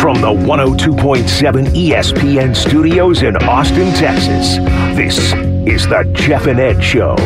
From the 102.7 ESPN studios in Austin, Texas, this is the Jeff and Ed Show.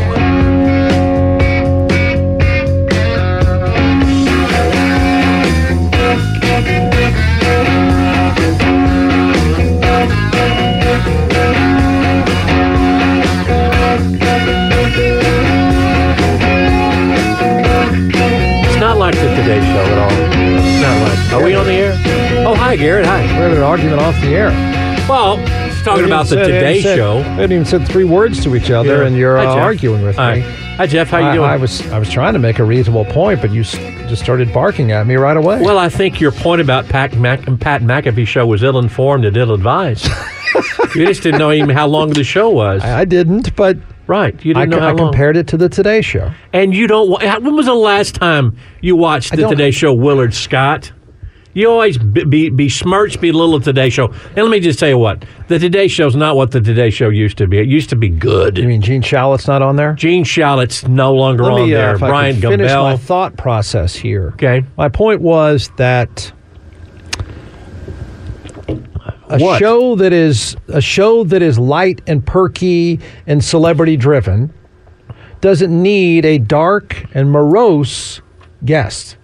It's not like the Today Show at all. It's not like. Are we on the air? Oh, hi, Garrett. Hi. We had an argument off the air. Well, it's talking about the They hadn't Today even said- Show. They hadn't even said three words to each other, Yeah. and you're Hi, uh, Jeff. arguing with Hi. me. Hi, Jeff. How you I, doing? I was I was trying to make a reasonable point, but you s- just started barking at me right away. well, I think your point about Pat, Mac- Pat McAfee show was ill-informed and ill-advised. you just didn't know even how long the show was. I, I didn't, but right. You I, didn't know co- how I long. compared it to the Today Show. And you don't. wa- how- When was the last time you watched the don't- Today Show? Willard Scott. You always be, be, besmirch, belittle Today Show. And let me just tell you what: the Today Show's not what the Today Show used to be. It used to be You good. mean Gene Shalit's not on there? Gene Shalit's no longer Let on me uh, there. if I Brian could finish my Gambell. thought process here. okay. My point was that a What? show that is a show that is light and perky and celebrity driven doesn't need a dark and morose guest.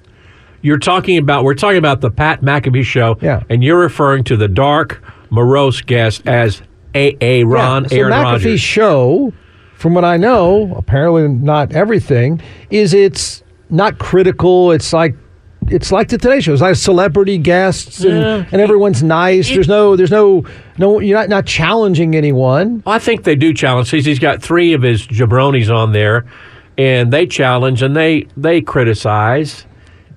You're talking about we're talking about the Pat McAfee show. Yeah. And you're referring to the dark, morose guest as A.A. Ron yeah. so Aaron McAfee's Rodgers. show, from what I know, apparently not everything is it's not critical. It's like it's like the Today Show. It's like celebrity guests and, Yeah. and everyone's nice. there's no there's no no you're not not challenging anyone. I think they do challenge. He's, he's got three of his jabronis on there, and they challenge and they they criticize.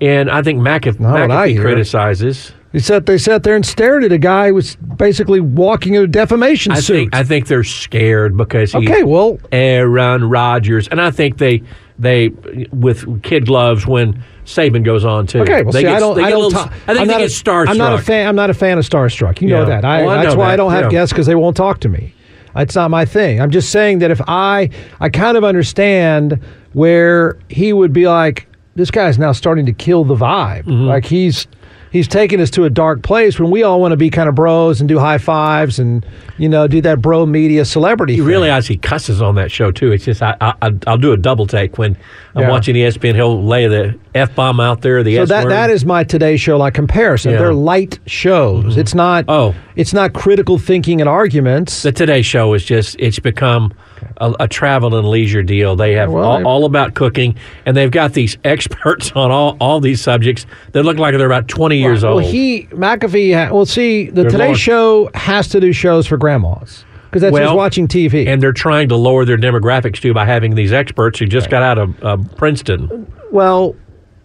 And I think McAf- Not what I McAfee hear. criticizes. They sat they sat there and stared at a guy who was basically walking in a defamation I suit. think I think they're scared because he's okay, well Aaron Rodgers, and I think they they with kid gloves when Saban goes on too. Okay, well, they see, get- I don't. they I get a don't. little- ta- I think I'm they not get starstruck. I'm not a fan. I'm not a fan of starstruck. You know Yeah. that. I, Oh, I that's know why I that, don't have yeah. guests because they won't talk to me. It's not my thing. I'm just saying that if I, I kind of understand where he would be like, this guy's now starting to kill the vibe. Mm-hmm. Like he's. He's taking us to a dark place when we all want to be kind of bros and do high fives and you know do that bro media celebrity. You thing. realize he cusses on that show too. It's just I, I I- I'll do a double take when I'm Yeah. watching E ESPN. He'll lay the f bomb out there. The So S that word. that is my Today Show like comparison. Yeah. They're light shows. It's not Oh. it's not critical thinking and arguments. The Today Show is just, it's become a, a travel and leisure deal. They have Well, all, I- all about cooking, and they've got these experts on all, all these subjects that look like they're about 20 years well, old. he McAfee. Ha- well, see, the They're Today large. Show has to do shows for grandmas because that's Well, who's watching TV. and they're trying to lower their demographics too by having these experts who just got out of uh, Princeton. well,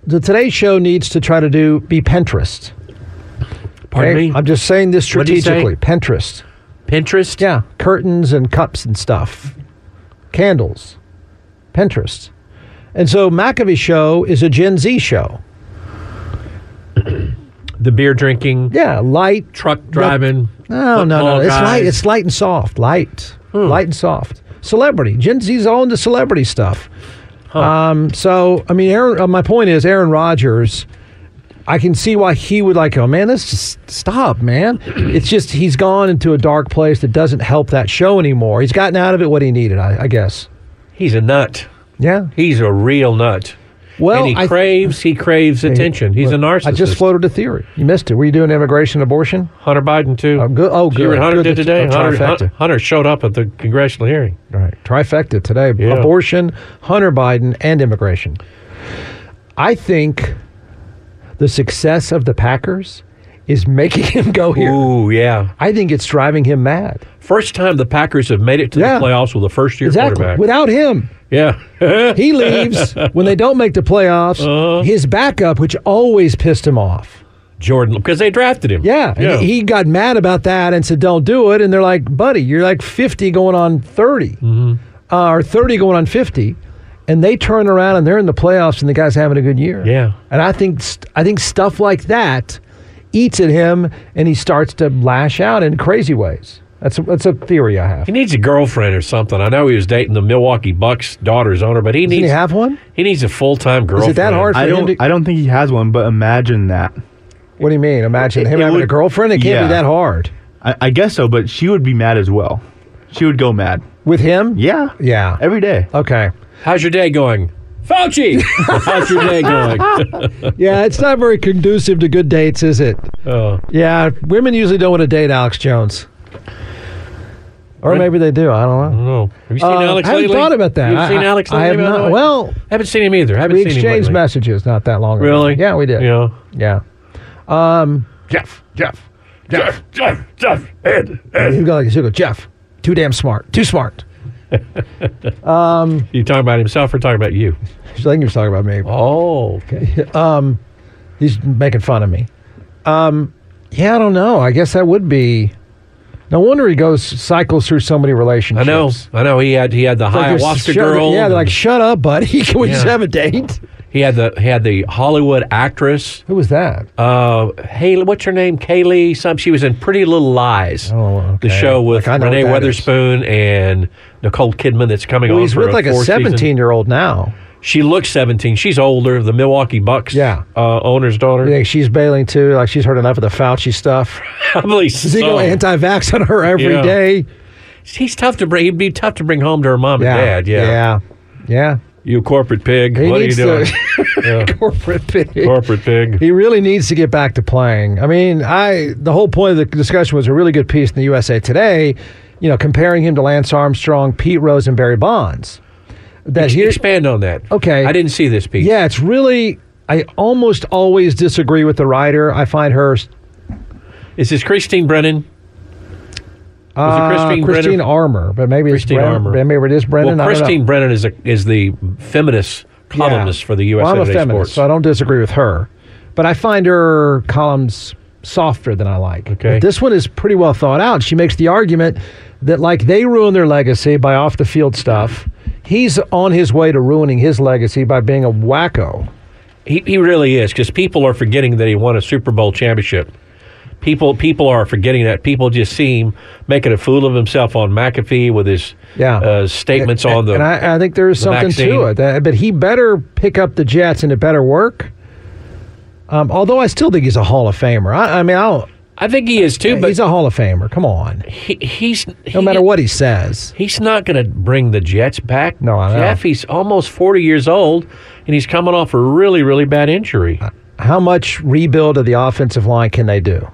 the Today Show needs to try to do be Pinterest. Pardon okay? me? I'm just saying this What'd you say? strategically. Pinterest. Pinterest? Yeah, curtains and cups and stuff, candles, Pinterest, and so McAfee show is a Gen Z show. The beer drinking, Yeah, light, truck driving. No, no, football no. It's guys. Hmm. light. It's light and soft. Light, light and soft. Celebrity. Gen Z's all into celebrity stuff. Um, so I mean, Aaron, uh, my point is Aaron Rodgers. I can see why he would like. Oh man, this just stop, man. It's just he's gone into a dark place that doesn't help that show anymore. He's gotten out of it what he needed, I, I guess. He's a nut. Yeah. He's a real nut. Well, and he I- craves, he craves attention. He's a narcissist. I just floated a theory. You missed it. Were you doing immigration abortion? Hunter Biden too. Oh, good- oh, You hear what good. Hunter Good did that- today. oh, Hunter, trifecta. Hun- Hunter showed up at the congressional hearing. Right. Trifecta today Yeah. abortion, Hunter Biden, and immigration. I think the success of the Packers is making him go here. Ooh, yeah. I think it's driving him mad. First time the Packers have made it to Yeah. the playoffs with a first year Exactly. quarterback. Without him, yeah. he leaves when they don't make the playoffs. Uh-huh. His backup, which always pissed him off. Jordan, because they drafted him. Yeah, and yeah. he got mad about that and said, "Don't do it." And they're like, "Buddy, you're like 50 going on 30, Mm-hmm. uh, or 30 going on 50," and they turn around and they're in the playoffs and the guy's having a good year. Yeah. and I think st- I think stuff like that eats at him and he starts to lash out in crazy ways. That's a, that's a theory I have. He needs a girlfriend or something. I know he was dating the Milwaukee Bucks daughter's owner, but he Doesn't needs he have one? he needs a full time girlfriend. hard for I him don't. to- I don't think he has one, but imagine that. What do you mean? Imagine It- him it having a would- girlfriend. It can't yeah. be that hard I, I guess so, but she would be mad as well. She would go mad. with him. Yeah. Yeah. Every day. Okay. How's your day going? Fauci! How's your day going? Yeah, it's not very conducive to good dates, is it? Oh. Yeah, women usually don't want to date Alex Jones. Or maybe they do. I don't know. no. Have you seen Uh, Alex I haven't lately? thought about that. You've seen I- Alex lately, I have by the not. way? Well, haven't seen him either. haven't we seen exchanged him lately. messages not that long ago. Really? Yeah, we did. Yeah. Yeah. Jeff, Jeff, Jeff, Jeff, Jeff, Ed, Ed. You go like you go, Jeff. Too damn smart. Too smart. You talking about himself or talking about you? I think he was talking about me. Um, Oh, okay. He's making fun of me. Um, yeah, I don't know. I guess that would be. No wonder he goes cycles through so many I relationships. know. I know. He had he had the Like, ayahuasca shut- girl. Yeah, and they're like, shut up, buddy. Can we just Yeah. have a date? he had the he had the Hollywood actress. Who was that? uh, Haley, what's her name? Kaylee. Some she was in Pretty Little Lies. Oh, okay. The show with Like, I know Renee what that is. Witherspoon and Nicole Kidman. That's coming Well, on. he's for with like a fourth season. 17 year old now. She looks seventeen. She's older. The Milwaukee Bucks. Yeah. Uh, owner's daughter. You think she's bailing too? Like she's heard enough of the Fauci stuff. I believe Does he so. go anti vax on her every Oh. Yeah. day? He's tough to bring. He'd be tough to bring home to her mom and dad. Yeah. Yeah. Yeah. You corporate pig. He what are you needs doing? to corporate pig. corporate pig. He really needs to get back to playing. I mean, I the whole point of the discussion was a really good piece in the USA Today, you know, comparing him to Lance Armstrong, Pete Rose, and Barry Bonds. That here, Expand on that. Okay. I didn't see this piece. Yeah, it's really. I almost always disagree with the writer. I find her Is this Christine Brennan? Was Uh, it Christine Brennan? Christine Armour, but maybe Christine it's Brennan, Armour. Maybe it is Brennan. well, I don't know. Christine Brennan is a, is the feminist Yeah. columnist for the USA Well, I'm a Today feminist, Sports. so I don't disagree with her, but I find her columns softer than I like. Okay. But this one is pretty well thought out. She makes the argument that like they ruin their legacy by off the field stuff. He's on his way to ruining his legacy by being a wacko. he, he really is because people are forgetting that he won a Super Bowl championship. People people are forgetting that. People just see him making a fool of himself on McAfee with his Yeah. uh, statements on the. and I, I think there is the something vaccine. to it. That- but he better pick up the Jets and it better work. Um, although I still think he's a Hall of Famer. I, I mean, I don't. I think he is too, but he's a Hall of Famer. Come on. he, he's No he- matter what he says. He's not going to bring the Jets back. No, I know. Jeff. He's almost forty years old, and he's coming off a really really bad injury. Uh, How much rebuild of the offensive line can they do?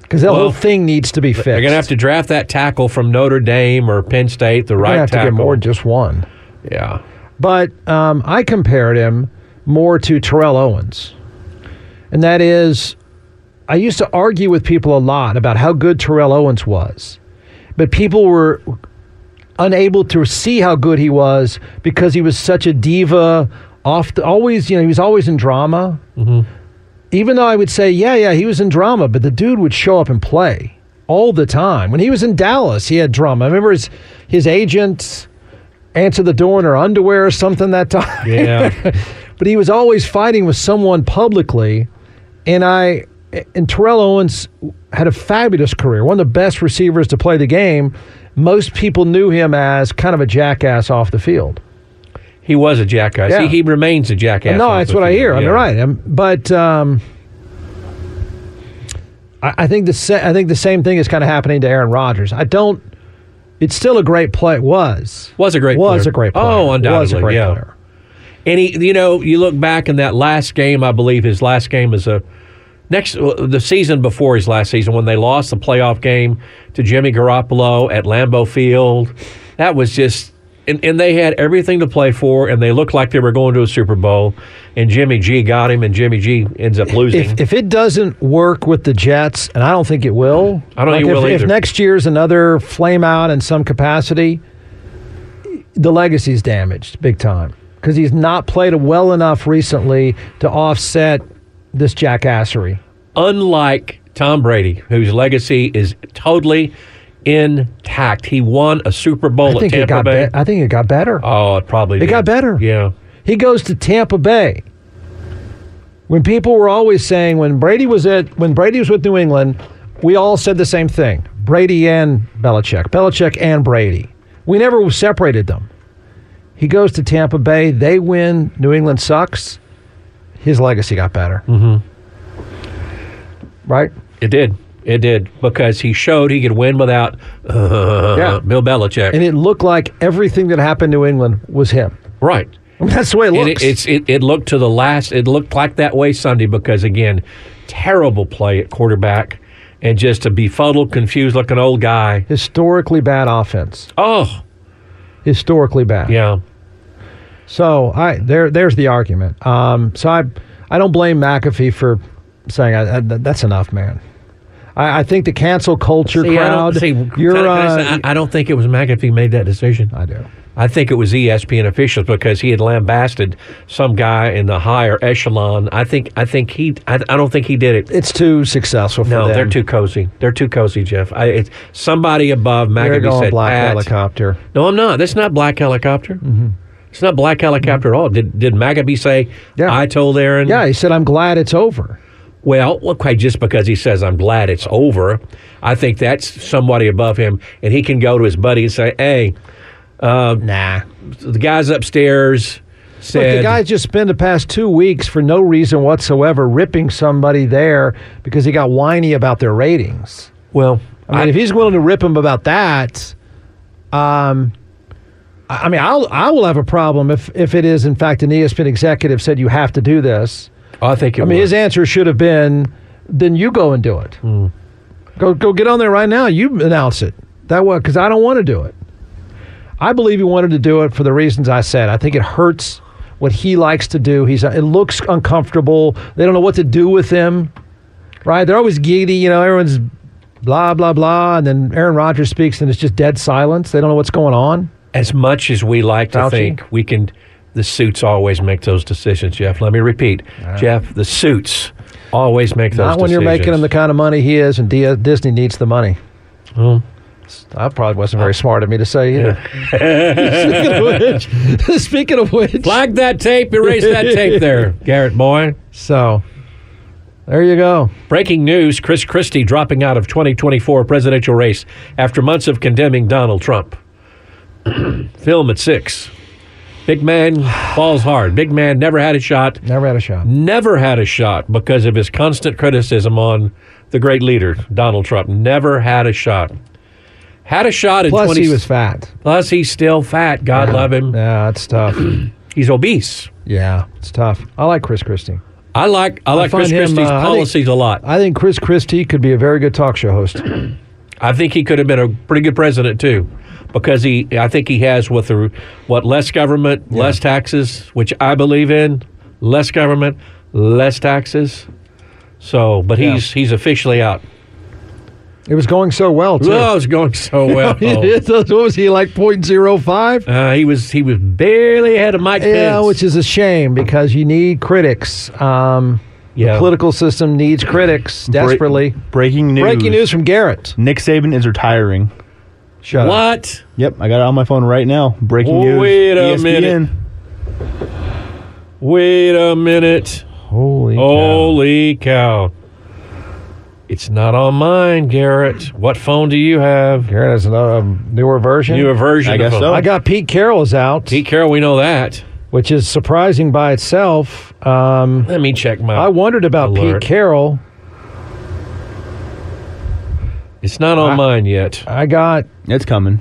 Because that Well, whole thing needs to be fixed. They're going to have to draft that tackle from Notre Dame or Penn State, the They're right gonna have to tackle. get more than just one. yeah. But um, I compared him more to Terrell Owens. And that is, I used to argue with people a lot about how good Terrell Owens was, but people were unable to see how good he was because he was such a diva. Off the, always, you know, he was always in drama. Even though I would say, yeah, yeah, he was in drama, but the dude would show up and play all the time. When he was in Dallas, he had drama. I remember his his agent answered the door in her underwear or something that time Yeah. but he was always fighting with someone publicly. And I and Terrell Owens had a fabulous career, one of the best receivers to play the game. Most people knew him as kind of a jackass off the field. he was a jackass. Yeah. He, he remains a jackass. no, off that's the what I field. hear. Yeah. I'm right. i but um, I, I think the sa- I think the same thing is kind of happening to Aaron Rodgers. I don't. It's still a great play. Was Was a great was player. a great player. Oh, undoubtedly. was a great yeah. player. And he, you know, you look back in that last game. I believe his last game is a next uh, the season before his last season when they lost the playoff game to Jimmy Garoppolo at Lambeau Field. That was just and, and they had everything to play for, and they looked like they were going to a Super Bowl. And Jimmy G got him, and Jimmy G ends up losing. If, if it doesn't work with the Jets, and I don't think it will, I don't like think it if, will if either. next year's another flame out in some capacity, the legacy's damaged big time because he's not played well enough recently to offset this jackassery. unlike Tom Brady, whose legacy is totally intact, he won a Super Bowl I at think it Tampa got. Bay. Be- I think it got better. oh, it probably It did. got better. Yeah, He goes to Tampa Bay. When people were always saying when Brady was at when Brady was with New England, we all said the same thing. Brady and Belichick. Belichick and Brady. We never separated them. He goes to Tampa Bay, they win, New England sucks. His legacy got better. Mm-hmm. Right? it did. It did because he showed he could win without uh, Yeah. Bill Belichick. And it looked like everything that happened to England was him. right. That's the way it And looks. it, it's it, it looked to the last. It looked like that way Sunday because again, terrible play at quarterback, and just a befuddled, confused looking old guy. historically bad offense. Oh, Historically bad. yeah. So I there there's the argument. Um, so I I don't blame McAfee for saying I, I, that's enough, man. I, I think the cancel culture See, I don't- crowd. see, you're can I- uh, can I say, I- I don't think it was McAfee made that decision. I do. I think it was E ESPN officials because he had lambasted some guy in the higher echelon. I think I think he I, I don't think he did it. It's too successful for No, them. they're too cozy. They're too cozy, Jeff. I, it's somebody above They're McAfee going said Hmm. black Mm-hmm. "Pat." helicopter. No, I'm not. That's not black helicopter. It's not black helicopter at all. Did did McAfee say Yeah. I told Aaron? Yeah, he said, "I'm glad it's over." Well, okay, just because he says I'm glad it's over, I think that's somebody above him, and he can go to his buddy and say, "Hey, uh, Nah. the guys upstairs said Look, the guy just spent the past two weeks for no reason whatsoever ripping somebody there because he got whiny about their ratings. Well, I mean, if he's willing to rip him about that, um, I I mean, I'll I will have a problem if if it is in fact an E ESPN executive said you have to do this. I think it I mean, his answer should have been, then you go and do it. Hmm. Go go get on there right now. You announce it that way because I don't want to do it. I believe he wanted to do it for the reasons I said. I think it hurts what he likes to do. He's uh, it looks uncomfortable. They don't know what to do with him. Right? They're always giddy. You know, everyone's blah blah blah, and then Aaron Rodgers speaks, and it's just dead silence. They don't know what's going on. as much as we like to Fauci? think we can, the suits always make those decisions, Jeff. Let me repeat, Jeff, the suits always make those. Not when you're making him the kind of money he is, and D- Disney needs the money. That probably wasn't very smart of me to say either. Speaking of which, speaking of which, Flag that tape, erase that tape there, Garrett boy. so there you go. Breaking news Chris Christie dropping out of 2024 presidential race after months of condemning Donald Trump. Film at six. Big man falls hard. Big man never had a shot. Never had a shot. never had a shot because of his constant criticism on the great leader Donald Trump. Never had a shot. Had a shot in Plus, 20 he was fat. plus he's still fat. God love him. Yeah, it's tough. He's obese. yeah, it's tough. I like Chris Christie. I like I like find Chris him, Christie's uh, I think- policies a lot. I think Chris Christie could be a very good talk show host. I think he could have been a pretty good president too. Because he, I think he has with the what less government, less taxes, which I believe in, less government, less taxes. So, but he's he's officially out. It was going so well too. Oh, it's going so well. what was he like? Point zero five. Uh, he was he was barely ahead of Mike Yeah, Pence. which is a shame because you need critics. Um, Yeah. The political system needs critics Bre- desperately. breaking news. Breaking news from Garrett. Nick Saban is retiring. Shut up. what? Yep, I got it on my phone right now. Breaking news. E Wait a ESPN. minute. Wait a minute! Holy Oh. Holy cow! It's not on mine, Garrett. What phone do you have? Garrett has a um, newer version. Newer version. I guess of so. I got Pete Carroll's out, Pete Carroll, we know that. which is surprising by itself. Um, Let me check my. I wondered about Alert. Pete Carroll. it's not on I- mine yet. I got It's coming.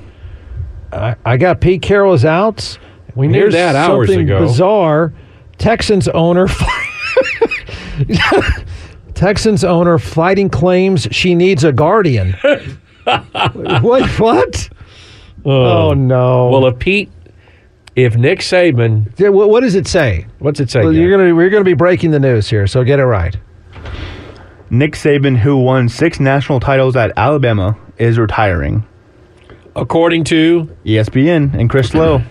I, I got Pete Carroll's out. We knew Here's that hours something ago. Bizarre. Texans owner. Texans owner fighting claims she needs a guardian. what? What? Oh. Oh no! Well, if Pete if Nick Saban, Yeah, what, what does it say? what's it say? Well, you're Gary? gonna we're gonna be breaking the news here, so get it right. Nick Saban, who won six national titles at Alabama, is retiring. E According to ESPN and Chris Lowe.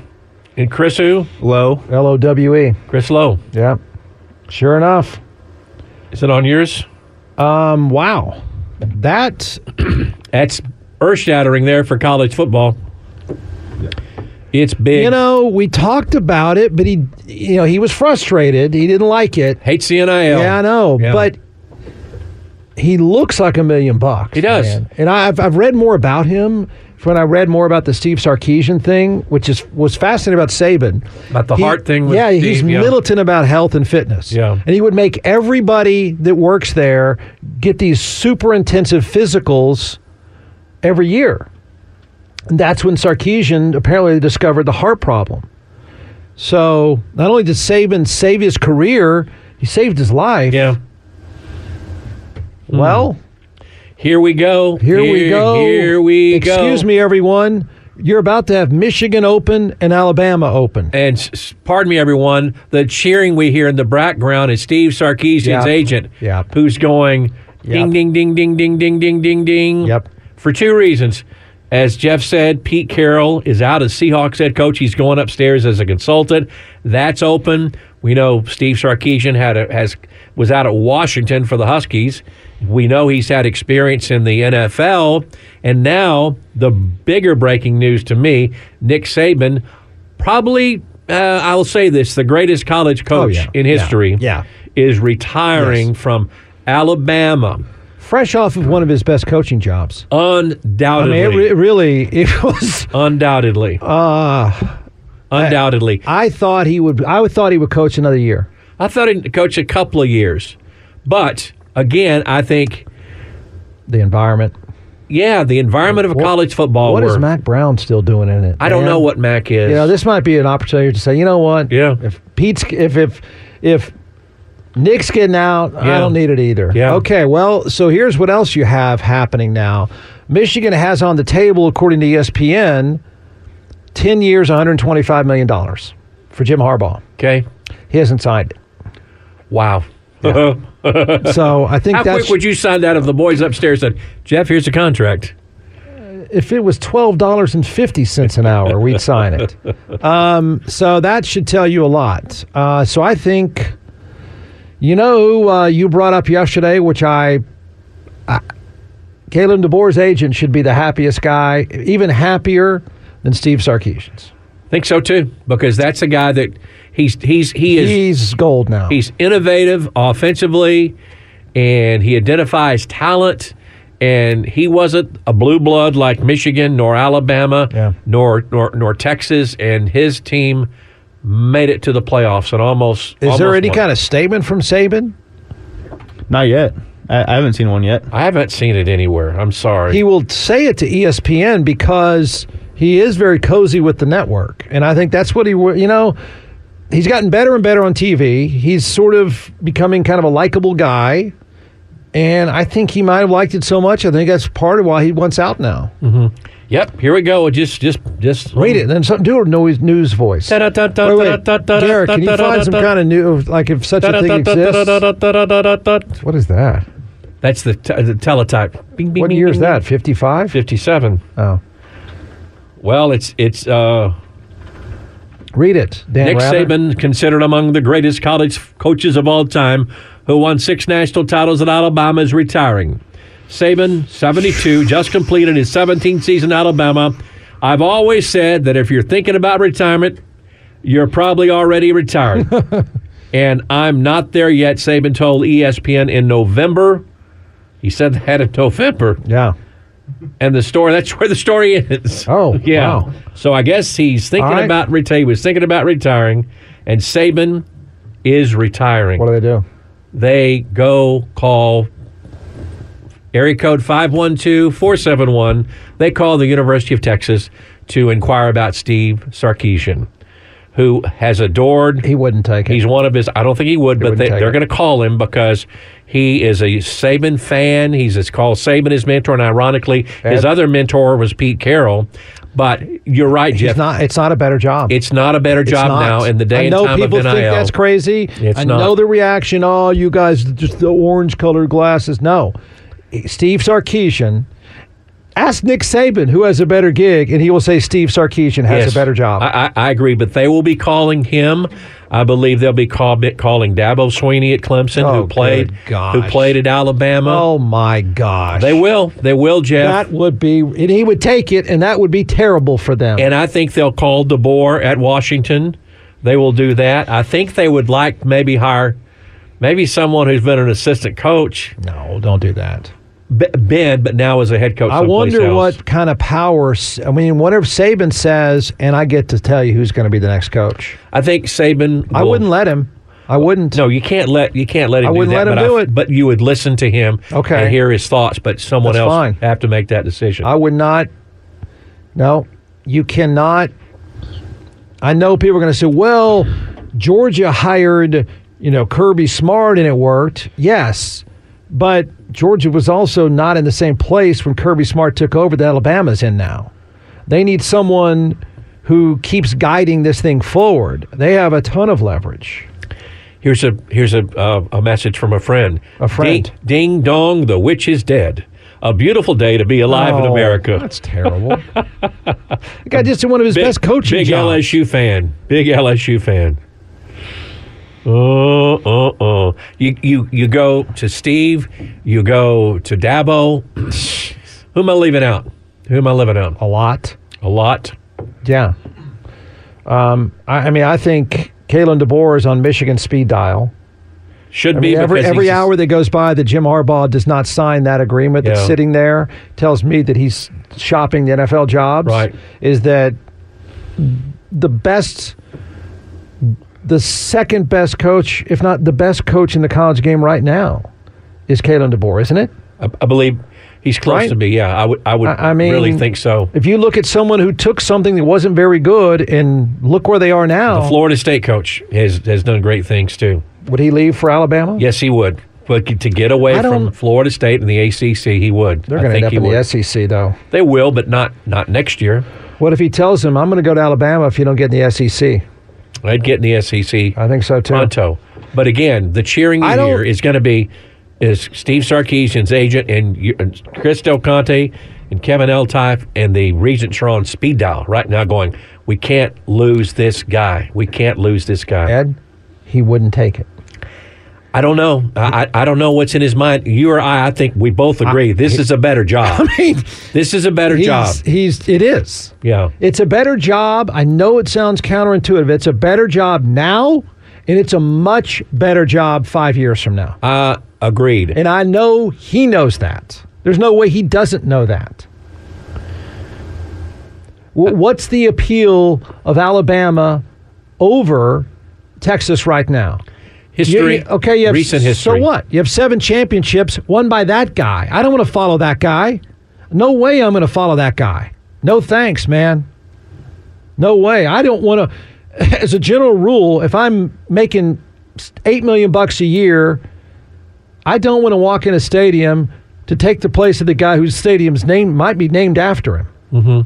and Chris who? Lowe. L O W E. Chris Lowe. Yeah. Sure enough. Is it on yours? Um. Wow. That That's earth shattering there for college football. It's big. you know we talked about it, but he you know he was frustrated. He didn't like it. Hates the NIL. Yeah, I know, Yeah. but he looks like a million bucks. He does. and I've I've read more about him when I read more about the Steve Sarkeesian thing, which is was fascinating about Saban. About the heart thing with yeah, he's Steve, yeah. militant about health and fitness. Yeah. and he would make everybody that works there get these super intensive physicals every year. And that's when Sarkeesian apparently discovered the heart problem. So not only did Saban save his career, he saved his life. Yeah. Well, Here we go. here, we go. Here we go. Excuse me, everyone. You're about to have Michigan open and Alabama open. And s- s- pardon me, everyone, the cheering we hear in the background is Steve Sarkeesian's Yep. agent, Yep. who's going ding, Yep. ding, ding, ding, ding, ding, ding, ding, ding. Yep. For two reasons. As Jeff said, Pete Carroll is out as Seahawks head coach. He's going upstairs as a consultant. That's open. We know Steve Sarkeesian had a, has was out at Washington for the Huskies. We know he's had experience in the NFL, and now the bigger breaking news to me: Nick Saban, probably uh, I'll say this, the greatest college coach Oh, yeah. in Yeah. history, Yeah. is retiring from Alabama. Fresh off of one of his best coaching jobs. I mean, Undoubtedly, it re- really it was. undoubtedly, Uh, undoubtedly. I thought he would. I would thought he would coach another year. I thought he'd coach a couple of years, but again, I think The environment. yeah, the environment of What- college football. What is were- Mac Brown still doing in it? Oh, I don't man? know what Mac is. You know, this might be an opportunity to say, you know what? Yeah. If Pete's, if if if Nick's getting out, Yeah. I don't need it either. Yeah. Okay. Well, so here's what else you have happening now. Michigan has on the table, according to E ESPN, ten years, 125 million dollars for Jim Harbaugh. okay, He hasn't signed it, wow. so I think How that's quick would you sign that if the boys upstairs said, "Jeff, here's the contract"? if it was twelve dollars and fifty cents an hour, we'd sign it. Um, so that should tell you a lot. Uh, so I think, you know, uh, you brought up yesterday, which I, I Caleb DeBoer's agent should be the happiest guy, even happier than Steve Sarkeesian's. Think so too, because that's a guy that he's he's he is He's gold now. He's innovative offensively, and he identifies talent. And he wasn't a blue blood like Michigan nor Alabama Yeah. nor, nor nor Texas. And his team made it to the playoffs and almost. Is there any kind of statement from Saban? Not yet. I, I haven't seen one yet. I haven't seen it anywhere. I'm sorry. He will say it to E ESPN because he is very cozy with the network, and I think that's what he. wa- You know, he's gotten better and better on TV. He's sort of becoming kind of a likable guy, and I think he might have liked it so much. I think that's part of why he wants out now. Mm-hmm. yep. Here we go. Just just just Read it, and some, do a noise, news voice. Wait, wait. Derek, can you find some kind of new, like if such a thing exists? What is that? That's the, t- the teletype. Bing, bing, What bing, year is bing, that? Fifty-five. Fifty-seven. Oh, Well, it's it's uh, read it, Dan. Nick Rather. Saban, considered among the greatest college f- coaches of all time, who won six national titles at Alabama, is retiring. Saban, 72, just completed his 17th season at Alabama. I've always said that if you're thinking about retirement, you're probably already retired. and I'm not there yet, Saban told E ESPN in November. He said that in November. Yeah. And the story, that's where the story ends. Oh, yeah. wow. So I guess he's thinking All right. about retire. He was thinking about retiring, and Saban is retiring. What do they do? they go call area code 512-471. They call the University of Texas to inquire about Steve Sarkeesian. who has adored. He wouldn't take it. He's one of his. I don't think he would, but wouldn't they, take they're it. going to call him because he is a Saban fan. He's it's called Saban his mentor, and ironically, his That- other mentor was Pete Carroll. But you're right, It's Jeff. not. It's not a better job. it's not a better It's job not. now in the day I know and time people of NIL. think that's crazy. It's I not. know the reaction. Oh, you guys, just the orange colored glasses. No, Steve Sarkeesian. Ask Nick Saban who has a better gig, and he will say Steve Sarkeesian has Yes. a better job. I, I, I agree, but they will be calling him. I believe they'll be call, be calling Dabo Sweeney at Clemson, Oh, who played good gosh. who played at Alabama. oh my gosh, They will. They will, Jeff. That would be, and he would take it, and that would be terrible for them. and I think they'll call DeBoer at Washington. They will do that. I think they would like maybe hire maybe someone who's been an assistant coach, no, don't do that. B- Ben, but now is a head coach. I someplace wonder else. what kind of power. S- I mean, whatever Saban says, and I get to tell you who's going to be the next coach. I think Saban. I will- wouldn't let him. I wouldn't. No, you can't let you can't let him. I do wouldn't that, let him but do I- it. But you would listen to him. Okay. and hear his thoughts. But someone That's else fine. have to make that decision. I would not. No, you cannot. I know people are going to say, well, Georgia hired, you know, Kirby Smart and it worked. Yes. But Georgia was also not in the same place when Kirby Smart took over that Alabama's in now. They need someone who keeps guiding this thing forward. They have a ton of leverage. here's a here's a uh, a message from a friend. A friend. Ding, ding dong, the witch is dead. A beautiful day to be alive in Oh, America. That's terrible. the guy just did one of his best coaching Big jobs. LSU fan. Big LSU fan. Oh, oh, oh. You, you, you go to Steve. You go to Dabo. Who am I leaving out? Who am I leaving out? A lot. A lot. Yeah. Um, I, I mean, I think Kalen DeBoer is on Michigan speed dial. Should I be mean, every because every he's- hour that goes by that Jim Harbaugh does not sign that agreement that's Yeah. sitting there tells me that he's shopping the NFL jobs. Right. Is that the best, the second best coach, if not the best coach in the college game right now, is Kalen DeBoer, isn't it? I, I believe he's close Right? to me. Yeah, I would. I would. I- I really mean, think so. If you look at someone who took something that wasn't very good and look where they are now, Florida State coach has has done great things too. would he leave for Alabama? Yes, he would. But to get away I don't- from Florida State and the ACC, he would. They're I going to think end up he in would. the SEC, though. They will, but not not next year. What if he tells them, I'm going to go to Alabama if you don't get in the SEC? I'd get in the SEC. I think so, too. pronto. But again, the cheering I you don't- hear is going to be is Steve Sarkeesian's agent and, you, and Chris Del Conte and Kevin Eltife and the Regent are on speed dial right now, going, "We can't lose this guy. We can't lose this guy." Ed, he wouldn't take it. I don't know. I, I I don't know what's in his mind. You or I, I think we both agree this is a better job. I mean, this is a better he's, job. he's, it is. Yeah. It's a better job. I know it sounds counterintuitive. It's a better job now, and it's a much better job five years from now. Uh, agreed. And I know he knows that. There's no way he doesn't know that. W- What's the appeal of Alabama over Texas right now? You- history. you- okay, you have recent So history. what? You have seven championships won by that guy. I don't want to follow that guy. No way I'm going to follow that guy. No thanks, man. No way. I don't want to. As a general rule, if I'm making eight million bucks a year, I don't want to walk in a stadium to take the place of the guy whose stadium's name might be named after him. Uh,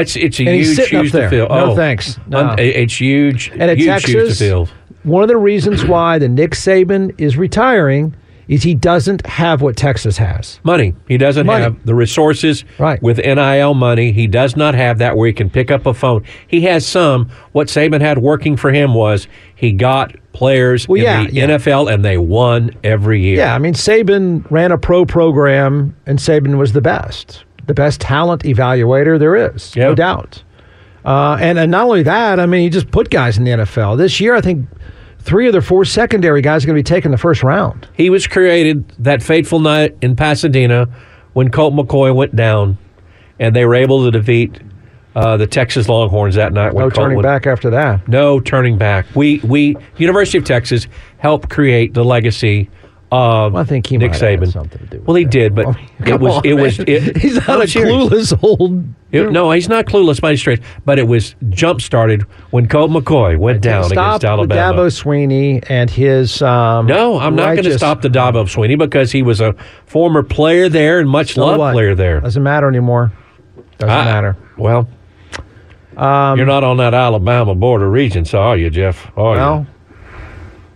It's it's a And he's huge sitting up shoes to there. fill. Oh, No, thanks. No. Un- it- it's huge. And at huge shoes Texas, to fill. one of the reasons why the Nick Saban is retiring is he doesn't have what Texas has. Money. He doesn't Money. have the resources Right. with NIL money. He does not have that where he can pick up a phone. He has some. What Saban had working for him was he got players Well, in yeah, the yeah. NFL and they won every year. Yeah, I mean, Saban ran a pro program, and Saban was the best, the best talent evaluator there is, Yeah. no doubt. Uh, and, and not only that, I mean, he just put guys in the NFL. This year, I think three of the four secondary guys are going to be taking the first round. He was created that fateful night in Pasadena when Colt McCoy went down, and they were able to defeat uh, the Texas Longhorns that night. When No Colt Oh, turning went- back after that. No turning back. We we University of Texas helped create the legacy Uh, I think he Nick might have Saban. had something to do with well, he that. did, but I mean, it come was on, it was man. it, He's not I'm a serious. clueless old. It- no, he's not clueless by any stretch, but it was jump started when Colt McCoy went down Stop against Alabama. Dabo Sweeney and his. Um, No, I'm not going to righteous- stop the Dabo Sweeney because he was a former player there and much So loved what? player there. Doesn't matter anymore. Doesn't I- matter. Um, Well, you're not on that Alabama border region, so are you, Jeff? Are Well,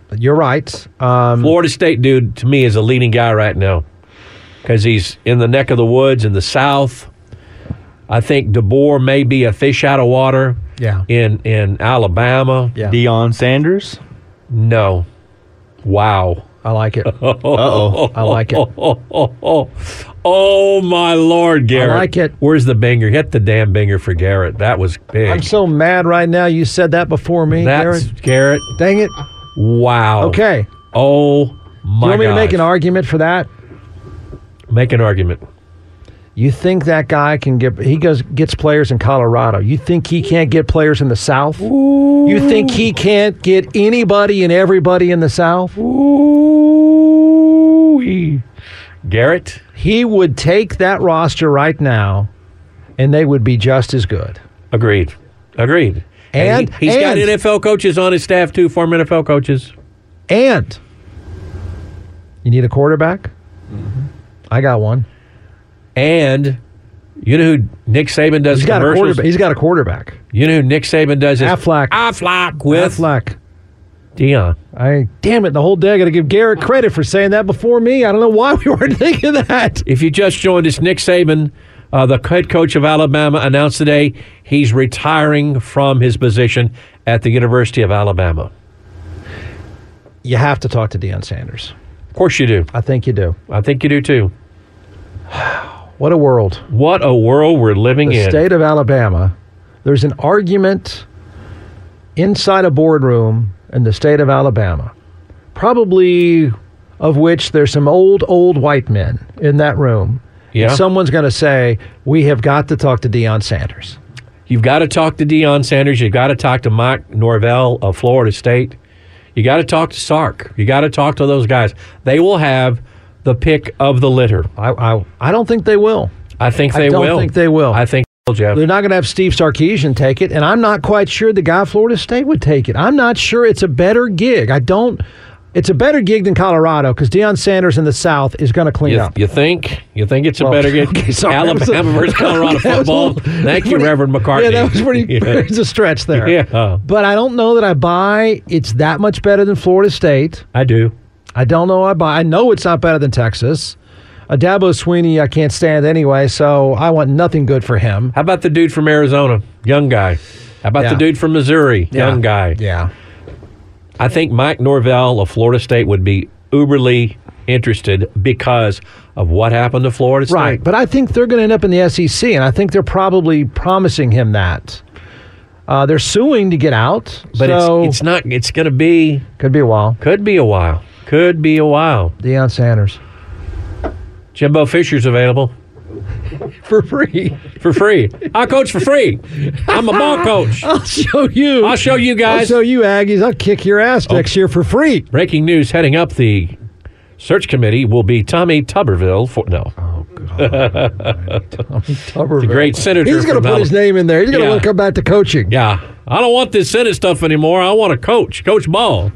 but you're right. Um, you? Florida State dude to me is a leading guy right now because he's in the neck of the woods in the South. I think DeBoer may be a fish out of water. Yeah. In in Alabama. yeah, Deion Sanders. No. Wow. I like it. Uh oh. I like it. Oh, oh, oh, oh my Lord, Garrett. like it. Where's the banger? Hit the damn banger for Garrett. That was big. I'm so mad right now. You said that before me, That's Garrett. Garrett. Dang it. Wow. Okay. Oh my you want me to make gosh. an argument for that? Make an argument. You think that guy can get? He goes gets players in Colorado. You think he can't get players in the South? You think he can't get anybody and everybody in the South? Ooh. Garrett. He would take that roster right now, and they would be just as good. Agreed. Agreed. And- he, has got and- NFL coaches on his staff too, former NFL coaches. And you need a quarterback. Mm-hmm. I got one. And you know who Nick Saban does He's got a commercials? quarterback. He's got a quarterback. You know who Nick Saban does his Affleck. Affleck with Affleck. Dion. I damn it! The whole day I got to give Garrett credit for saying that before me. I don't know why we weren't thinking of that. If you just joined us, Nick Saban, uh, the head coach of Alabama, announced today he's retiring from his position at the University of Alabama. You have to talk to Deion Sanders. Of course you do. I think you do. I think you do too. What a world. What a world we're living The in. state of Alabama, there's an argument inside a boardroom in the state of Alabama, probably of which there's some old, old white men in that room. Yeah. And someone's going to say, We have got to talk to Deion Sanders. You've got to talk to Deion Sanders. You've got to talk to Mike Norvell of Florida State. You got to talk to Sark. You got to talk to those guys. They will have the pick of the litter. I, I, I don't think they will. I think I they don't will. think they will. I think they will, Jeff. They're not going to have Steve Sarkeesian take it, and I'm not quite sure the guy at Florida State would take it. I'm not sure it's a better gig. I don't. It's a better gig than Colorado because Deion Sanders in the South is going to clean You, up. you think you think it's a Well, better game? okay, sorry. That Alabama was a- versus Colorado that was a football. little- Thank you, pretty- Reverend McCartney. Yeah, that was pretty. Yeah. It's a stretch there. Yeah. But I don't know that I buy it's that much better than Florida State. I do. I don't know I buy. I know it's not better than Texas. A Dabo Sweeney I can't stand anyway, so I want nothing good for him. How about the dude from Arizona, young guy? How about the Yeah. dude from Missouri, young guy? Yeah. I think Mike Norvell of Florida State would be uberly interested because of what happened to Florida State. Right, but I think they're going to end up in the SEC, and I think they're probably promising him that. Uh, they're suing to get out, But so it's, it's not. It's going to be. could be a while. Could be a while. Could be a while. Deion Sanders Jimbo Fisher's available for free. for free. I coach for free. I'm a ball coach. I'll show you. Oh. I'll show you Oh. I'll guys. show you Aggies. I'll kick your ass next year for free. Breaking news heading up the search committee will be Tommy Tuberville. For, no, the great senator. He's going to from put his Alabama. name in there. He's going to Yeah. want to come back to coaching. Yeah, I don't want this Senate stuff anymore. I want a coach, Coach Ball.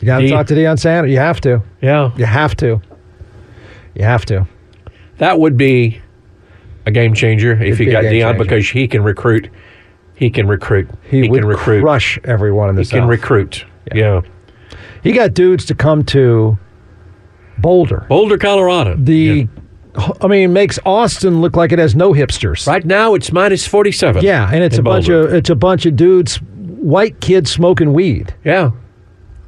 You got to Deion- talk to Deion Sanders. You have to. Yeah, You have to. You have to. that would be a game changer if It'd you be a got game Dion changer. because he can recruit. He can recruit. He, would can recruit. crush everyone in the He can South. recruit. Yeah. he got dudes to come to Boulder. Boulder, Colorado. the I mean, it makes Austin look like it has no hipsters. right now it's minus forty-seven. Yeah, and it's in a bunch Boulder. of it's a bunch of dudes, white kids smoking weed. yeah.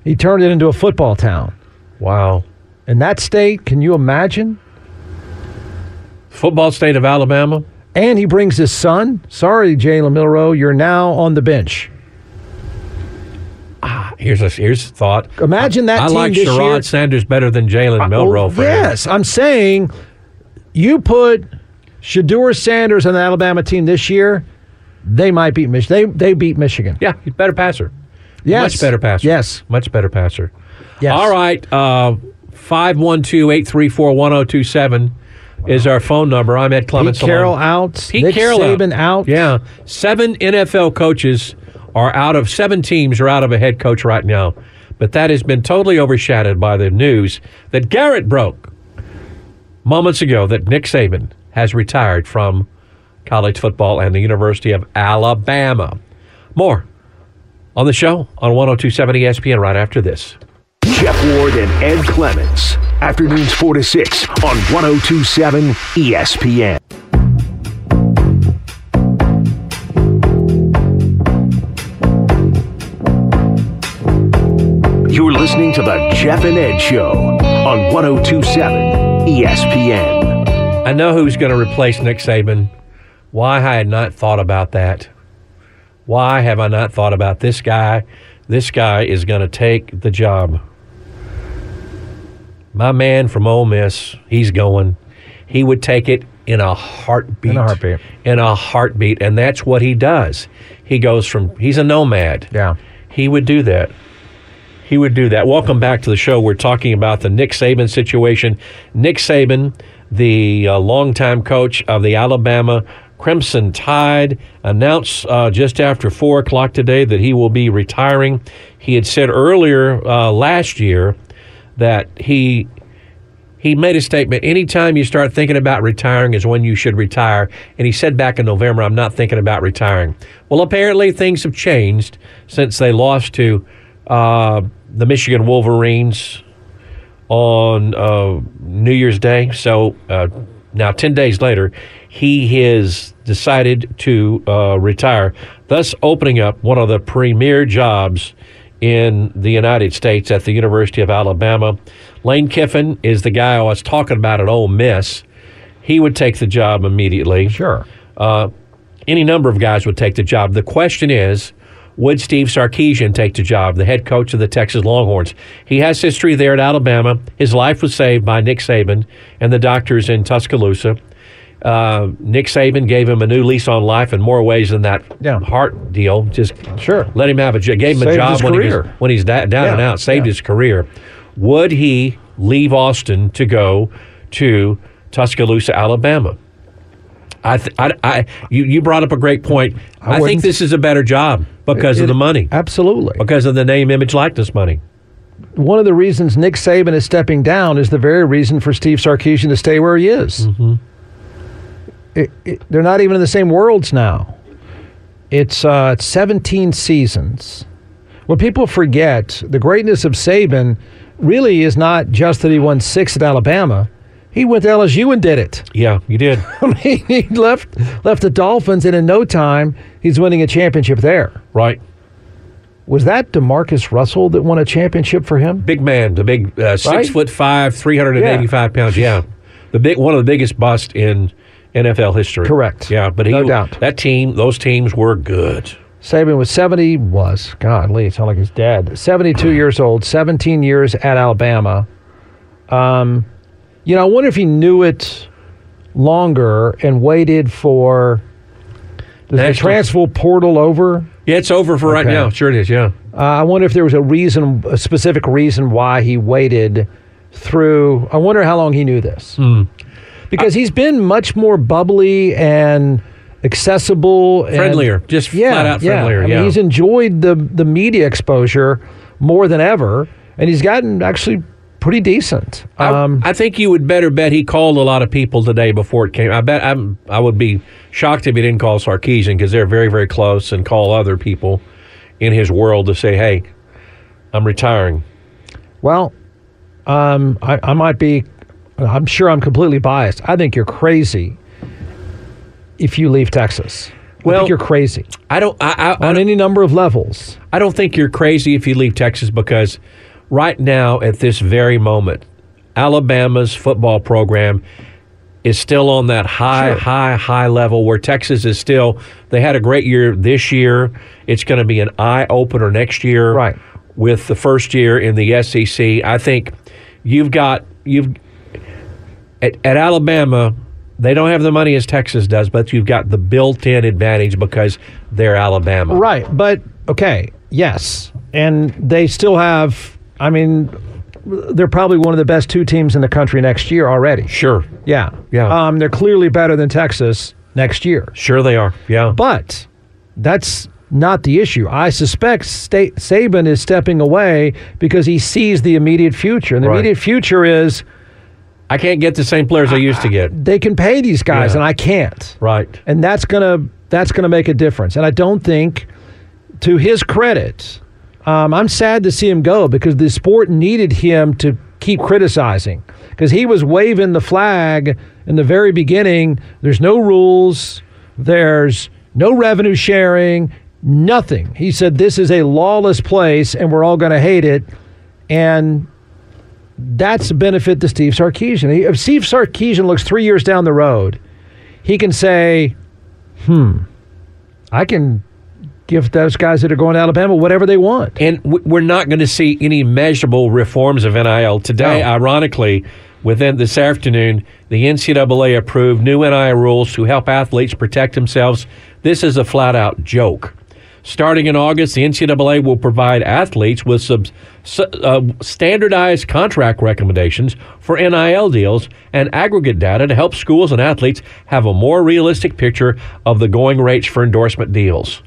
He turned it into a football town. Wow. In that state, can you imagine? Football state of Alabama. And he brings his son. Sorry, Jalen Milrow, you're now on the bench. Here's a here's a thought. Imagine that I team like this Sherrod year. Sanders better than Jalen Oh, Milrow. for yes, I'm saying you put Shadur Sanders on the Alabama team this year, they might beat Michigan. They they beat Michigan. Yeah, he's a better passer. Yes. Much better passer. Yes. Much better passer. Yes. All right. Uh, 512-834-1027 is our phone number. I'm at Pete Clements. Carroll out. Pete Nick Carroll Saban out. Yeah. Seven NFL coaches are out of seven teams are out of a head coach right now. But that has been totally overshadowed by the news that Garrett broke moments ago that Nick Saban has retired from college football and the University of Alabama. More on the show on 1027 ESPN right after this. Jeff Ward and Ed Clements. Afternoons 4 to 6 on 1027 ESPN. You're listening to The Jeff and Ed Show on 1027 ESPN. I know who's going to replace Nick Saban. Why I had not thought about that. Why have I not thought about this guy? This guy is going to take the job. My man from Ole Miss, he's going. He would take it in a heartbeat. In a heartbeat. In a heartbeat. And that's what he does. He goes from, he's a nomad. Yeah. He would do that. He would do that. Welcome back to the show. We're talking about the Nick Saban situation. Nick Saban, the uh, longtime coach of the Alabama Crimson Tide, announced uh, just after 4 o'clock today that he will be retiring. He had said earlier uh, last year that he. He made a statement anytime you start thinking about retiring is when you should retire. And he said back in November, I'm not thinking about retiring. Well, apparently things have changed since they lost to uh, the Michigan Wolverines on uh, New Year's Day. So uh, now, 10 days later, he has decided to uh, retire, thus opening up one of the premier jobs in the United States at the University of Alabama. Lane Kiffin is the guy I was talking about at Ole Miss. He would take the job immediately. Sure. Uh, any number of guys would take the job. The question is, would Steve Sarkeesian take the job, the head coach of the Texas Longhorns? He has history there at Alabama. His life was saved by Nick Saban and the doctors in Tuscaloosa. Uh, Nick Saban gave him a new lease on life in more ways than that Yeah. heart deal. Just Sure. let him have a job. Gave him a Saved job his when he was, career. when he's da- down Yeah, and out. Saved yeah. his career. Would he leave Austin to go to Tuscaloosa, Alabama? I, th- I, I you, you brought up a great point. I I, think wouldn't- this is a better job because It- of the money, Absolutely. because of the name, image, likeness money. One of the reasons Nick Saban is stepping down is the very reason for Steve Sarkeesian to stay where he is. Mm-hmm. It- it- they're not even in the same worlds now. It's uh, it's 17 seasons. What people forget, the greatness of Saban really is not just that he won six at Alabama. He went to LSU and did it. Yeah, you did. I mean, he left left the Dolphins, and in no time, he's winning a championship there. right. Was that Demarcus Russell that won a championship for him? Big man, the big uh, six Right? foot five, 385 pounds. Yeah. The big, one of the biggest busts in NFL history. Correct. Yeah, but he, No doubt. that team, those teams were good. Saban was 70, was, God, Lee, sound like his dad, 72 years old, 17 years at Alabama. Um, you know, I wonder if he knew it longer and waited for does the National- transfer portal over. Yeah, it's over for right Okay. now. Sure it is. Yeah. Uh, I wonder if there was a reason, a specific reason why he waited through. I wonder how long he knew this. Hmm. Because he's been much more bubbly and accessible, and- Friendlier, just flat out friendlier, I mean, yeah. he's enjoyed the the media exposure more than ever, and he's gotten actually pretty decent. I- Um, I, think you would better bet he called a lot of people today before it came. I bet I'm, I would be shocked if he didn't call Sarkeesian because they're very, very close and call other people in his world to say, hey, I'm retiring. well, um, I, I might be. I'm sure I'm completely biased. I think you're crazy if you leave Texas. I Well- think you're crazy. I don't, I, I, I, on don't, any number of levels. I don't think you're crazy if you leave Texas because right now, at this very moment, Alabama's football program is still on that high, Sure. high, high level where Texas is still. They had a great year this year. It's going to be an eye opener next year, Right. With the first year in the SEC, I think you've got you've at, at Alabama. They don't have the money as Texas does, but you've got the built-in advantage because they're Alabama. Right, but okay, yes, and they still have I mean, they're probably one of the best two teams in the country next year already. Sure. Yeah. Yeah. Um, they're clearly better than Texas next year. Sure they are. Yeah. But that's not the issue. I suspect Sta Saban is stepping away because he sees the immediate future. And the Right. immediate future is I can't get the same players I used to get. they can pay these guys Yeah. and I can't. Right. And that's gonna that's gonna make a difference. And I don't think to his credit, um, I'm sad to see him go because the sport needed him to keep criticizing because he was waving the flag in the very beginning. There's no rules, there's no revenue sharing, nothing. He said, This is a lawless place and we're all going to hate it. And that's a benefit to Steve Sarkeesian. He- If Steve Sarkeesian looks three years down the road, he can say, hmm, I can give those guys that are going to Alabama whatever they want. And w- we're not going to see any measurable reforms of NIL today. No. Ironically, within this afternoon, the NCAA approved new NIL rules to help athletes protect themselves. This is a flat out joke. Starting in August, the NCAA will provide athletes with sub, su- uh, standardized contract recommendations for NIL deals and aggregate data to help schools and athletes have a more realistic picture of the going rates for endorsement deals.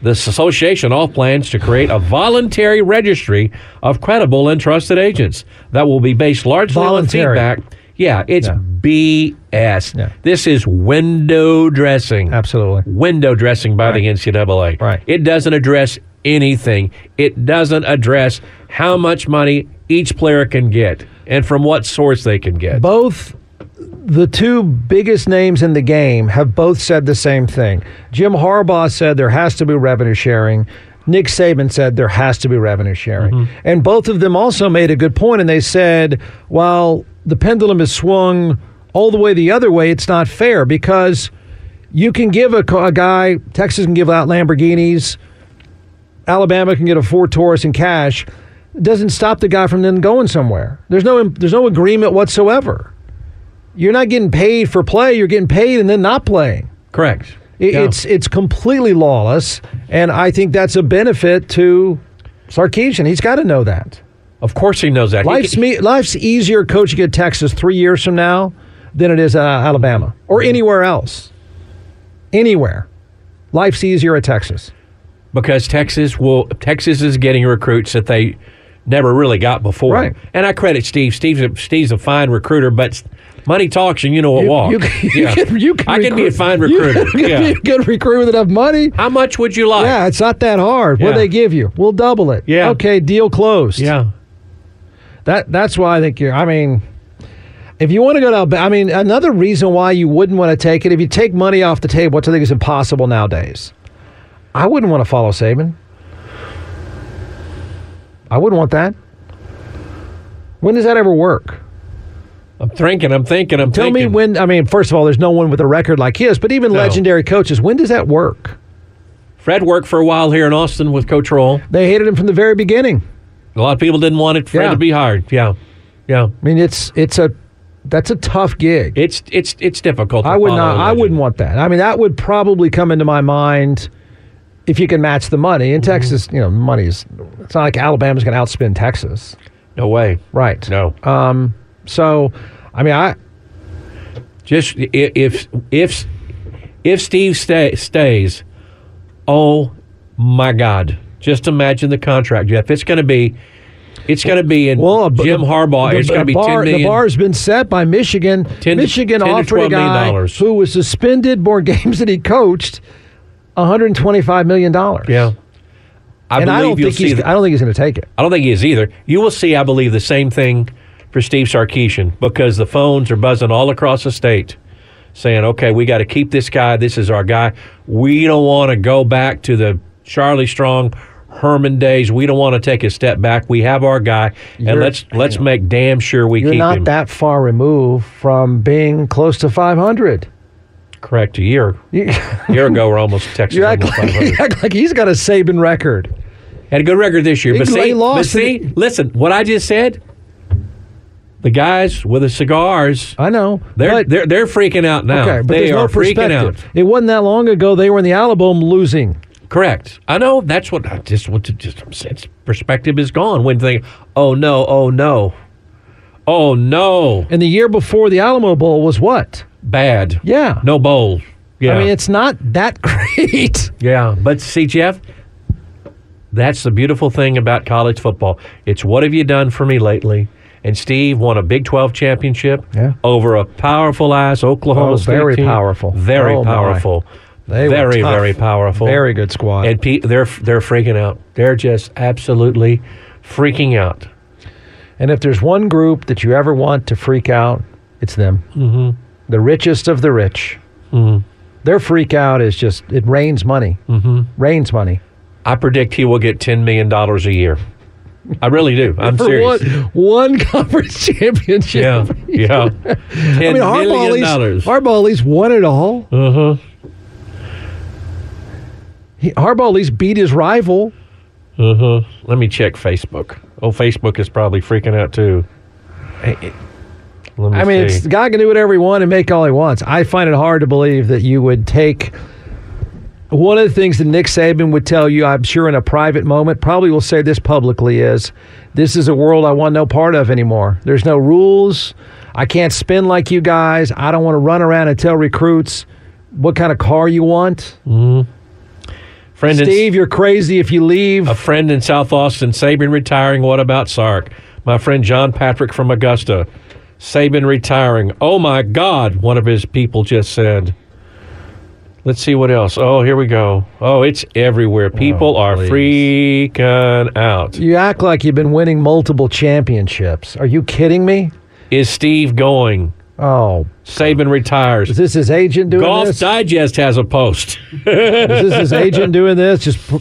This association all plans to create a voluntary registry of credible and trusted agents that will be based largely Voluntary. on feedback. Yeah, it's Yeah. BS. Yeah. This is window dressing. Absolutely. Window dressing by the NCAA. Right. It doesn't address anything. It doesn't address how much money each player can get and from what source they can get. Both the two biggest names in the game have both said the same thing. Jim Harbaugh said there has to be revenue sharing. Nick Saban said there has to be revenue sharing. And both of them also made a good point and they said, well, the pendulum is swung all the way the other way. It's not fair because you can give a, co- a guy, Texas can give out Lamborghinis, Alabama can get a Ford Taurus in cash. It doesn't stop the guy from then going somewhere. There's no there's no agreement whatsoever. You're not getting paid for play. You're getting paid and then not playing. Correct. It- Yeah. It's it's completely lawless, and I think that's a benefit to Sarkeesian. He's got to know that. of course he knows that. He Life's can- me, life's easier coaching at Texas three years from now than it is at Alabama or Mm-hmm. anywhere else. Anywhere, life's easier at Texas. because Texas will Texas is getting recruits that they never really got before. Right. And I credit Steve. Steve's a, Steve's a fine recruiter, but money talks and you know it walks. You, can- you Yeah. can, you can I can be a recruit- fine you recruiter. can- You, yeah. can recruit with enough money. How much would you like? Yeah, it's not that hard. What Yeah. do they give you? We'll double it. Yeah. Okay, deal closed. Yeah. That that's why I think you're. I mean, if you want to go to, Alba- I mean, another reason why you wouldn't want to take it if you take money off the table, which I think is impossible nowadays. I wouldn't want to follow Saban. I wouldn't want that. When does that ever work? I'm thinking. I'm thinking. I'm Tell me thinking. when. I mean, first of all, there's no one with a record like his, but even No. legendary coaches, when does that work? Fred worked for a while here in Austin with Coach Roll. They hated him from the very beginning. A lot of people didn't want it. Fred Yeah. to be hired. Yeah. Yeah. I mean, it's it's a that's a tough gig. It's it's it's difficult. to I would follow not. a I legend. wouldn't want that. I mean, that would probably come into my mind if you can match the money. Mm-hmm. In Texas, you know, money's. It's not like Alabama's going to outspend Texas, No way. right? Um, No. So, I mean, I Just i- if if if Steve stay, stays, oh my God! Just imagine the contract, Jeff. It's going to be, it's going to be in well, b- Jim Harbaugh. the- it's the going to be ten bar- million. The bar's been set by Michigan. 10 to- Michigan 10 to offered a 12 million guy dollars. who was suspended more games than he coached, one hundred twenty-five million dollars. yeah, I and believe I don't you'll think see. he's. the- I don't think he's going to take it. I don't think he is either. You will see. I believe the same thing for Steve Sarkeesian because the phones are buzzing all across the state, saying, "Okay, we got to keep this guy. This is our guy. We don't want to go back to the Charlie Strong." Herman days. We don't want to take a step back. We have our guy, and You're- let's let's make damn sure we You're keep not him. that far removed from being close to five hundred. Correct. A year, a year ago, we're almost Texas. You act almost like, 500. you act like he's got a Saban record. Had a good record this year, He but gl- he see, but lost see, in listen, what I just said. The guys with the cigars, I know. they're but, they're they're freaking out now. okay, but they there's are no freaking out. perspective. It wasn't that long ago they were in the Alabama losing. Correct. I know that's what I just what to just sense perspective is gone when they oh no, oh no. Oh no. And the year before the Alamo Bowl was what? Bad. Yeah. No bowl. Yeah. I mean, it's not that great. yeah. But see, Jeff, that's the beautiful thing about college football. It's what have you done for me lately? And Steve won a Big 12 championship Yeah. over a powerful ass Oklahoma Oh, State. very team. powerful. Very Oh, my. powerful. They were very, tough. very powerful. Very good squad. And pe- they're they're freaking out. They're just absolutely freaking out. And if there's one group that you ever want to freak out, it's them. Mm-hmm. The richest of the rich. Mm-hmm. Their freak out is just, it rains money. Mm-hmm. Rains money. I predict he will get ten million dollars a year. I really do. I'm For serious. One, one conference championship. Yeah, yeah. I Ten million mean, Harbaugh at dollars. least, Harbaugh at least won it all. Uh-huh. He, Harbaugh at least beat his rival. Mm-hmm. Let me check Facebook. Oh, Facebook is probably freaking out too. Let me I mean, see. it's, God can do whatever he wants and make all he wants. I find it hard to believe that you would take one of the things that Nick Saban would tell you. I'm sure in a private moment, probably will say this publicly: is this is a world I want no part of anymore. There's no rules. I can't spin like you guys. I don't want to run around and tell recruits what kind of car you want. friend in- Steve, you're crazy if you leave. a friend in South Austin, Saban retiring. What about Sark? My friend John Patrick from Augusta, Saban retiring. Oh my God, one of his people just said. Let's see what else. Oh, here we go. Oh, it's everywhere. People are freaking out. You act like you've been winning multiple championships. Are you kidding me? Is Steve going? Oh, Saban is retires. this his agent doing Golf this? Digest has a post. Is this his agent doing this? Just pu-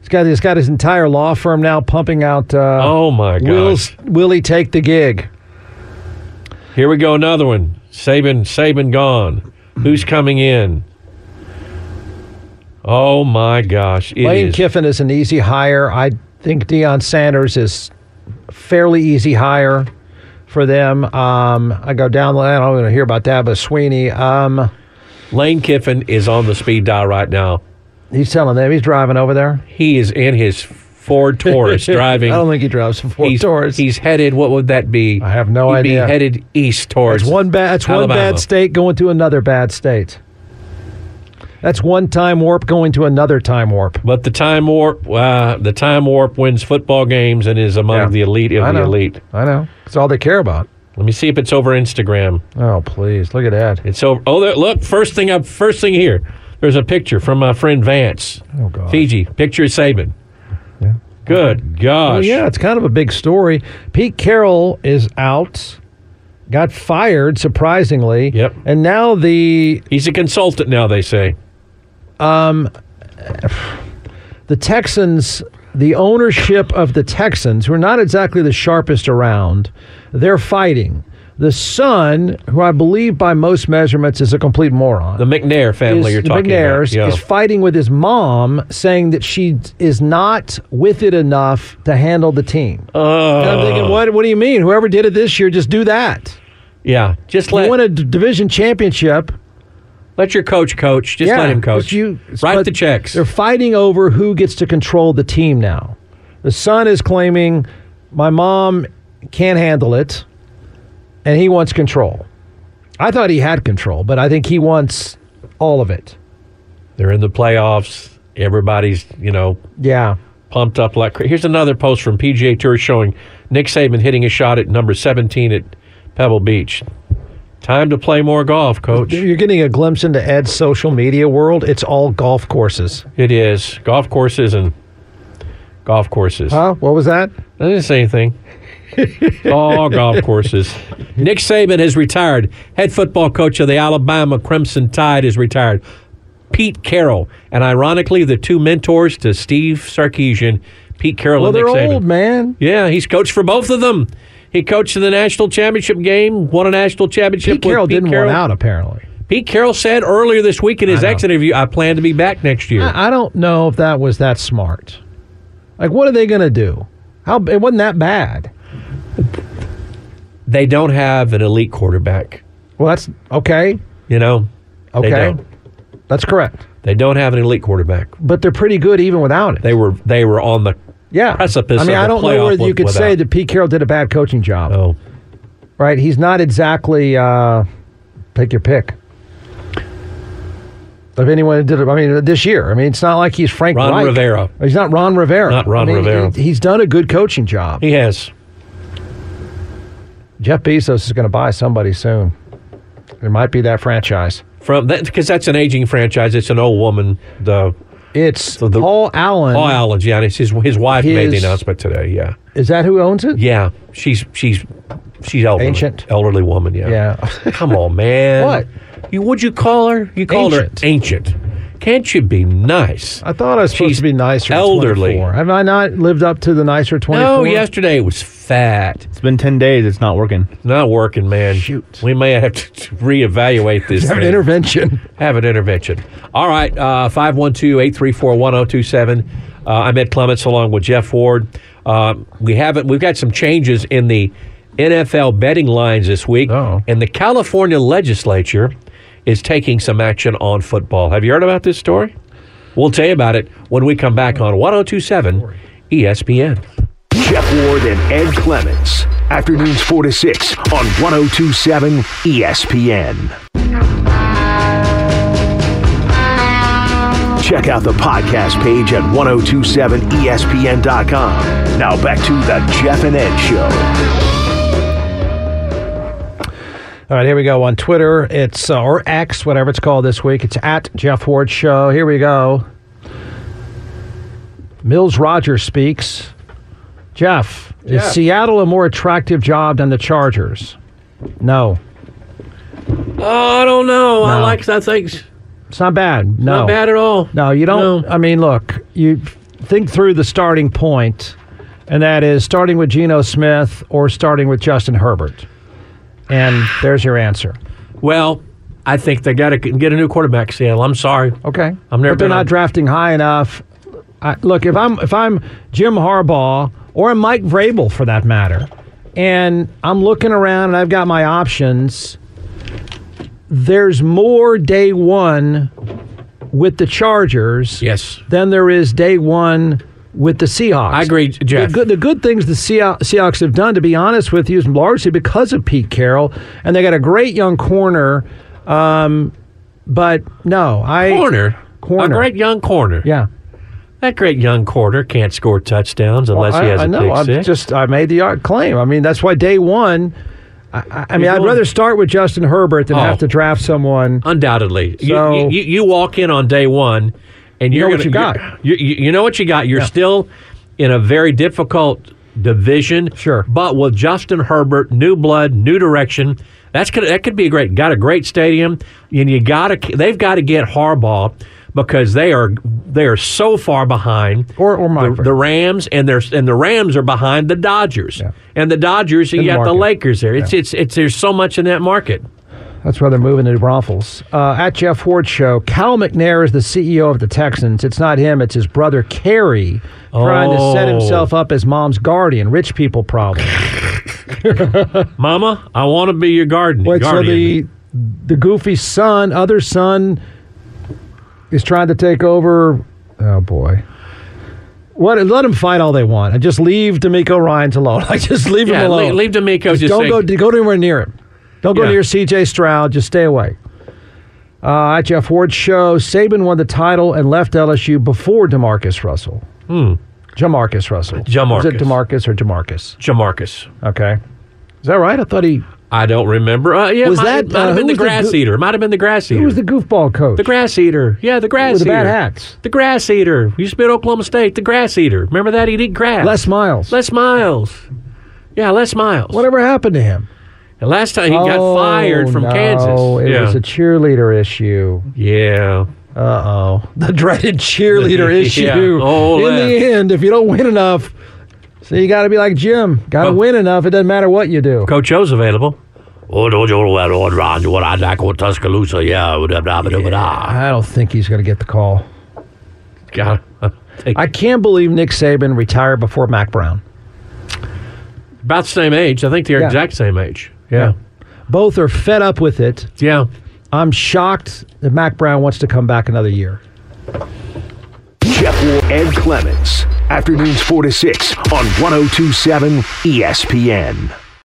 he's got he's got his entire law firm now pumping out. Uh, Oh my will gosh. will he take the gig? Here we go, another one. Saban, Saban gone. Who's coming in? Oh my gosh! It Lane is- Kiffin is an easy hire. I think Deion Sanders is fairly easy hire for them. Um, I go down. I don't want to hear about that, but Sweeney. Um, Lane Kiffin is on the speed dial right now. he's telling them he's driving over there. He is in his Ford Taurus driving. I don't think he drives before he's, Taurus. He's headed. What would that be? I have no He'd idea. Be headed east towards. It's one bad. It's one Alabama. bad state going to another bad state. That's one time warp going to another time warp. But the time warp. Uh, the time warp wins football games and is among Yeah. the elite of I the know. elite. I know. It's all they care about. Let me see if it's over Instagram. Oh, please look at that. It's over. Oh, there, look! First thing up. First thing here. There's a picture from my friend Vance. Oh God. Fiji. Picture of Saban. Yeah. Good gosh. Well, Oh, yeah, it's kind of a big story. Pete Carroll is out. Got fired surprisingly. Yep. And now the He's a consultant now. They say. the Texans, the ownership of the Texans, who are not exactly the sharpest around, they're fighting. The son, who I believe by most measurements is a complete moron. The McNair family is- you're the talking McNairs about. is fighting with his mom, saying that she is not with it enough to handle the team. Oh. And I'm thinking, what? What do you mean? Whoever did it this year, just do that. yeah. Just You let won a d- division championship. let your coach coach. Just let him but coach. you- Write but the checks. They're fighting over who gets to control the team now. The son is claiming my mom can't handle it, and he wants control. I thought he had control, but I think he wants all of it. They're in the playoffs. Everybody's you know Yeah. pumped up like. cra- Here's another post from PGA Tour showing Nick Saban hitting a shot at number 17 at Pebble Beach. Time to play more golf, coach. You're getting a glimpse into Ed's social media world. It's all golf courses. It is golf courses and golf courses. Huh? What was that? I didn't say anything. All golf courses. Nick Saban has retired. Head football coach of the Alabama Crimson Tide is retired. Pete Carroll, and ironically, the two mentors to Steve Sarkeesian, Pete Carroll and Well, Nick they're Saban. old, man. Yeah, he's coached for both of them. He coached in the national championship game, won a national championship. Pete Carroll with Pete didn't Carroll. want out, apparently. Pete Carroll said earlier this week in his exit interview, "I plan to be back next year." I I don't know if that was that smart. Like, what are they going to do? How it wasn't that bad. they don't have an elite quarterback. Well, that's okay. You know, They Okay, don't. That's correct. They don't have an elite quarterback. But they're pretty good even without it. They were they were on the yeah. precipice I mean, of I the don't know playoff whether you with- could say without- that Pete Carroll did a bad coaching job. oh Right? He's not exactly uh, take your pick. Of anyone who did it, I mean, this year. I mean, it's not like he's Frank Ron Reich. Rivera. He's not Ron Rivera. Not Ron I mean, Rivera. he- he's done a good coaching job. he has Jeff Bezos is going to buy somebody soon. It might be that franchise. from that because that's an aging franchise. It's an old woman. The It's the- Paul Allen. Paul Allen, yeah, and it's his his wife made the His- announcement today. Yeah, Is that who owns it? yeah, she's she's she's elderly, Ancient. elderly woman. Yeah, Yeah. Come on, man. What? You would you call her? You called Ancient. her ancient. Can't you be nice? I thought I was supposed She's to be nicer. elderly. Elderly. Have I not lived up to the nicer 24? No, yesterday it was fat. It's been 10 days. It's not working. It's not working, man. Shoot. We may have to reevaluate this. Have an thing. intervention. Have an intervention. All right, uh, 512 834 1027. Uh, I'm Ed Clements along with Jeff Ward. Uh, we haven't, we've got some changes in the NFL betting lines this week. Oh. And the California legislature is taking some action on football. Have you heard about this story? We'll tell you about it when we come back on 1027 ESPN. Jeff Ward and Ed Clements. Afternoons 4 to 6 on 1027 ESPN. Check out the podcast page at E 1027ESPN.com. Now back to the Jeff and Ed Show. All right, here we go on Twitter. It's uh, or X, whatever it's called this week. It's at Jeff Ward Show. Here we go. Mills Rogers speaks. Jeff, is Seattle a more attractive job than the Chargers? No, Oh, I don't know. I No. like that thing. It's it's not bad. No, Not bad at all. No, you don't. No. I mean, look, you think through the starting point, and that is starting with Geno Smith or starting with Justin Herbert. And there's your answer. Well, I think they got to get a new quarterback, Seattle. I'm sorry. Okay, I'm never But they're been not on- drafting high enough. I, look, if I'm if I'm Jim Harbaugh or Mike Vrabel for that matter, and I'm looking around and I've got my options. There's more day one with the Chargers Yes. than there is day one with the Seahawks. I agree, Jeff. The good, the good things the Seah- Seahawks have done, to be honest with you, is largely because of Pete Carroll, and they got a great young corner. Um, but no, I corner. Corner. A great young corner. Yeah, That great young corner can't score touchdowns unless he I, has a I know. pick I six. just I made the uh, claim. I mean, that's why day one. I, I- I mean, You're I'd going- rather start with Justin Herbert than Oh. have to draft someone. Undoubtedly. You- So- you, you, you walk in on day one and you're know what gonna- you you're- You, you, you know what you got. You're still in a very difficult division. Sure. But with Justin Herbert, new blood, new direction, that's gonna, that could be a great. Got a great stadium, and you got to they've got to get Harbaugh because they are they are so far behind. Or- or Mike the, the Rams and their and the Rams are behind the Dodgers. And the Dodgers, you the got the market. Lakers there. It's it's it's there's so much in that market. That's why they're moving to the Broncos. Uh, at Jeff Ward Show, Cal McNair is the CEO of the Texans. It's not him, it's his brother, Kerry, trying to set Oh. himself up as mom's guardian. Rich people problem. Mama, I want to be your garden Wait, so guardian. the, the goofy son, other son, is trying to take over. Oh, boy. What? Let them fight all they want, and just leave D'Amico Ryan's alone. Like just leave yeah, him alone. leave, leave D'Amico. Just, don't say- go go anywhere near him. Don't go Yeah. near CJ Stroud. Just stay away. Uh, at Jeff Ward's show, Saban won the title and left LSU before Demarcus Russell. Hmm. Jamarcus Russell. Jamarcus. Is it Demarcus or Jamarcus? Jamarcus. Okay. Is that right? I thought he, I don't remember. Uh, yeah, Was might, that, might uh, have been who the was the grass goo- eater. Might have been the grass eater. he was the goofball coach. The grass eater. Yeah, the grass with the eater. bad hats. The grass eater. You spit Oklahoma State. The grass eater. Remember that? He'd eat grass. Les Miles. Les Miles. Yeah, Les Miles. Whatever happened to him? And last time he Oh, got fired from no, Kansas. It yeah. was a cheerleader issue. yeah. Uh oh. The dreaded cheerleader issue. Yeah. Oh, In Les. the end, if you don't win enough, so you got to be like Jim. Got to Well- win enough. It doesn't matter what you do. Coach O's available. Oh, don't you know that old Ron? What I like with Tuscaloosa? Yeah, blah, blah, blah, blah, blah. I don't think he's going to get the call. God, uh, Take- I can't believe Nick Saban retired before Mac Brown. about the same age. I think they're Yeah. exact same age. Yeah. Both are fed up with it. Yeah. I'm shocked that Mac Brown wants to come back another year. Jeff Ward oh E and Clements. Afternoons 4 to 6 on 1027 ESPN.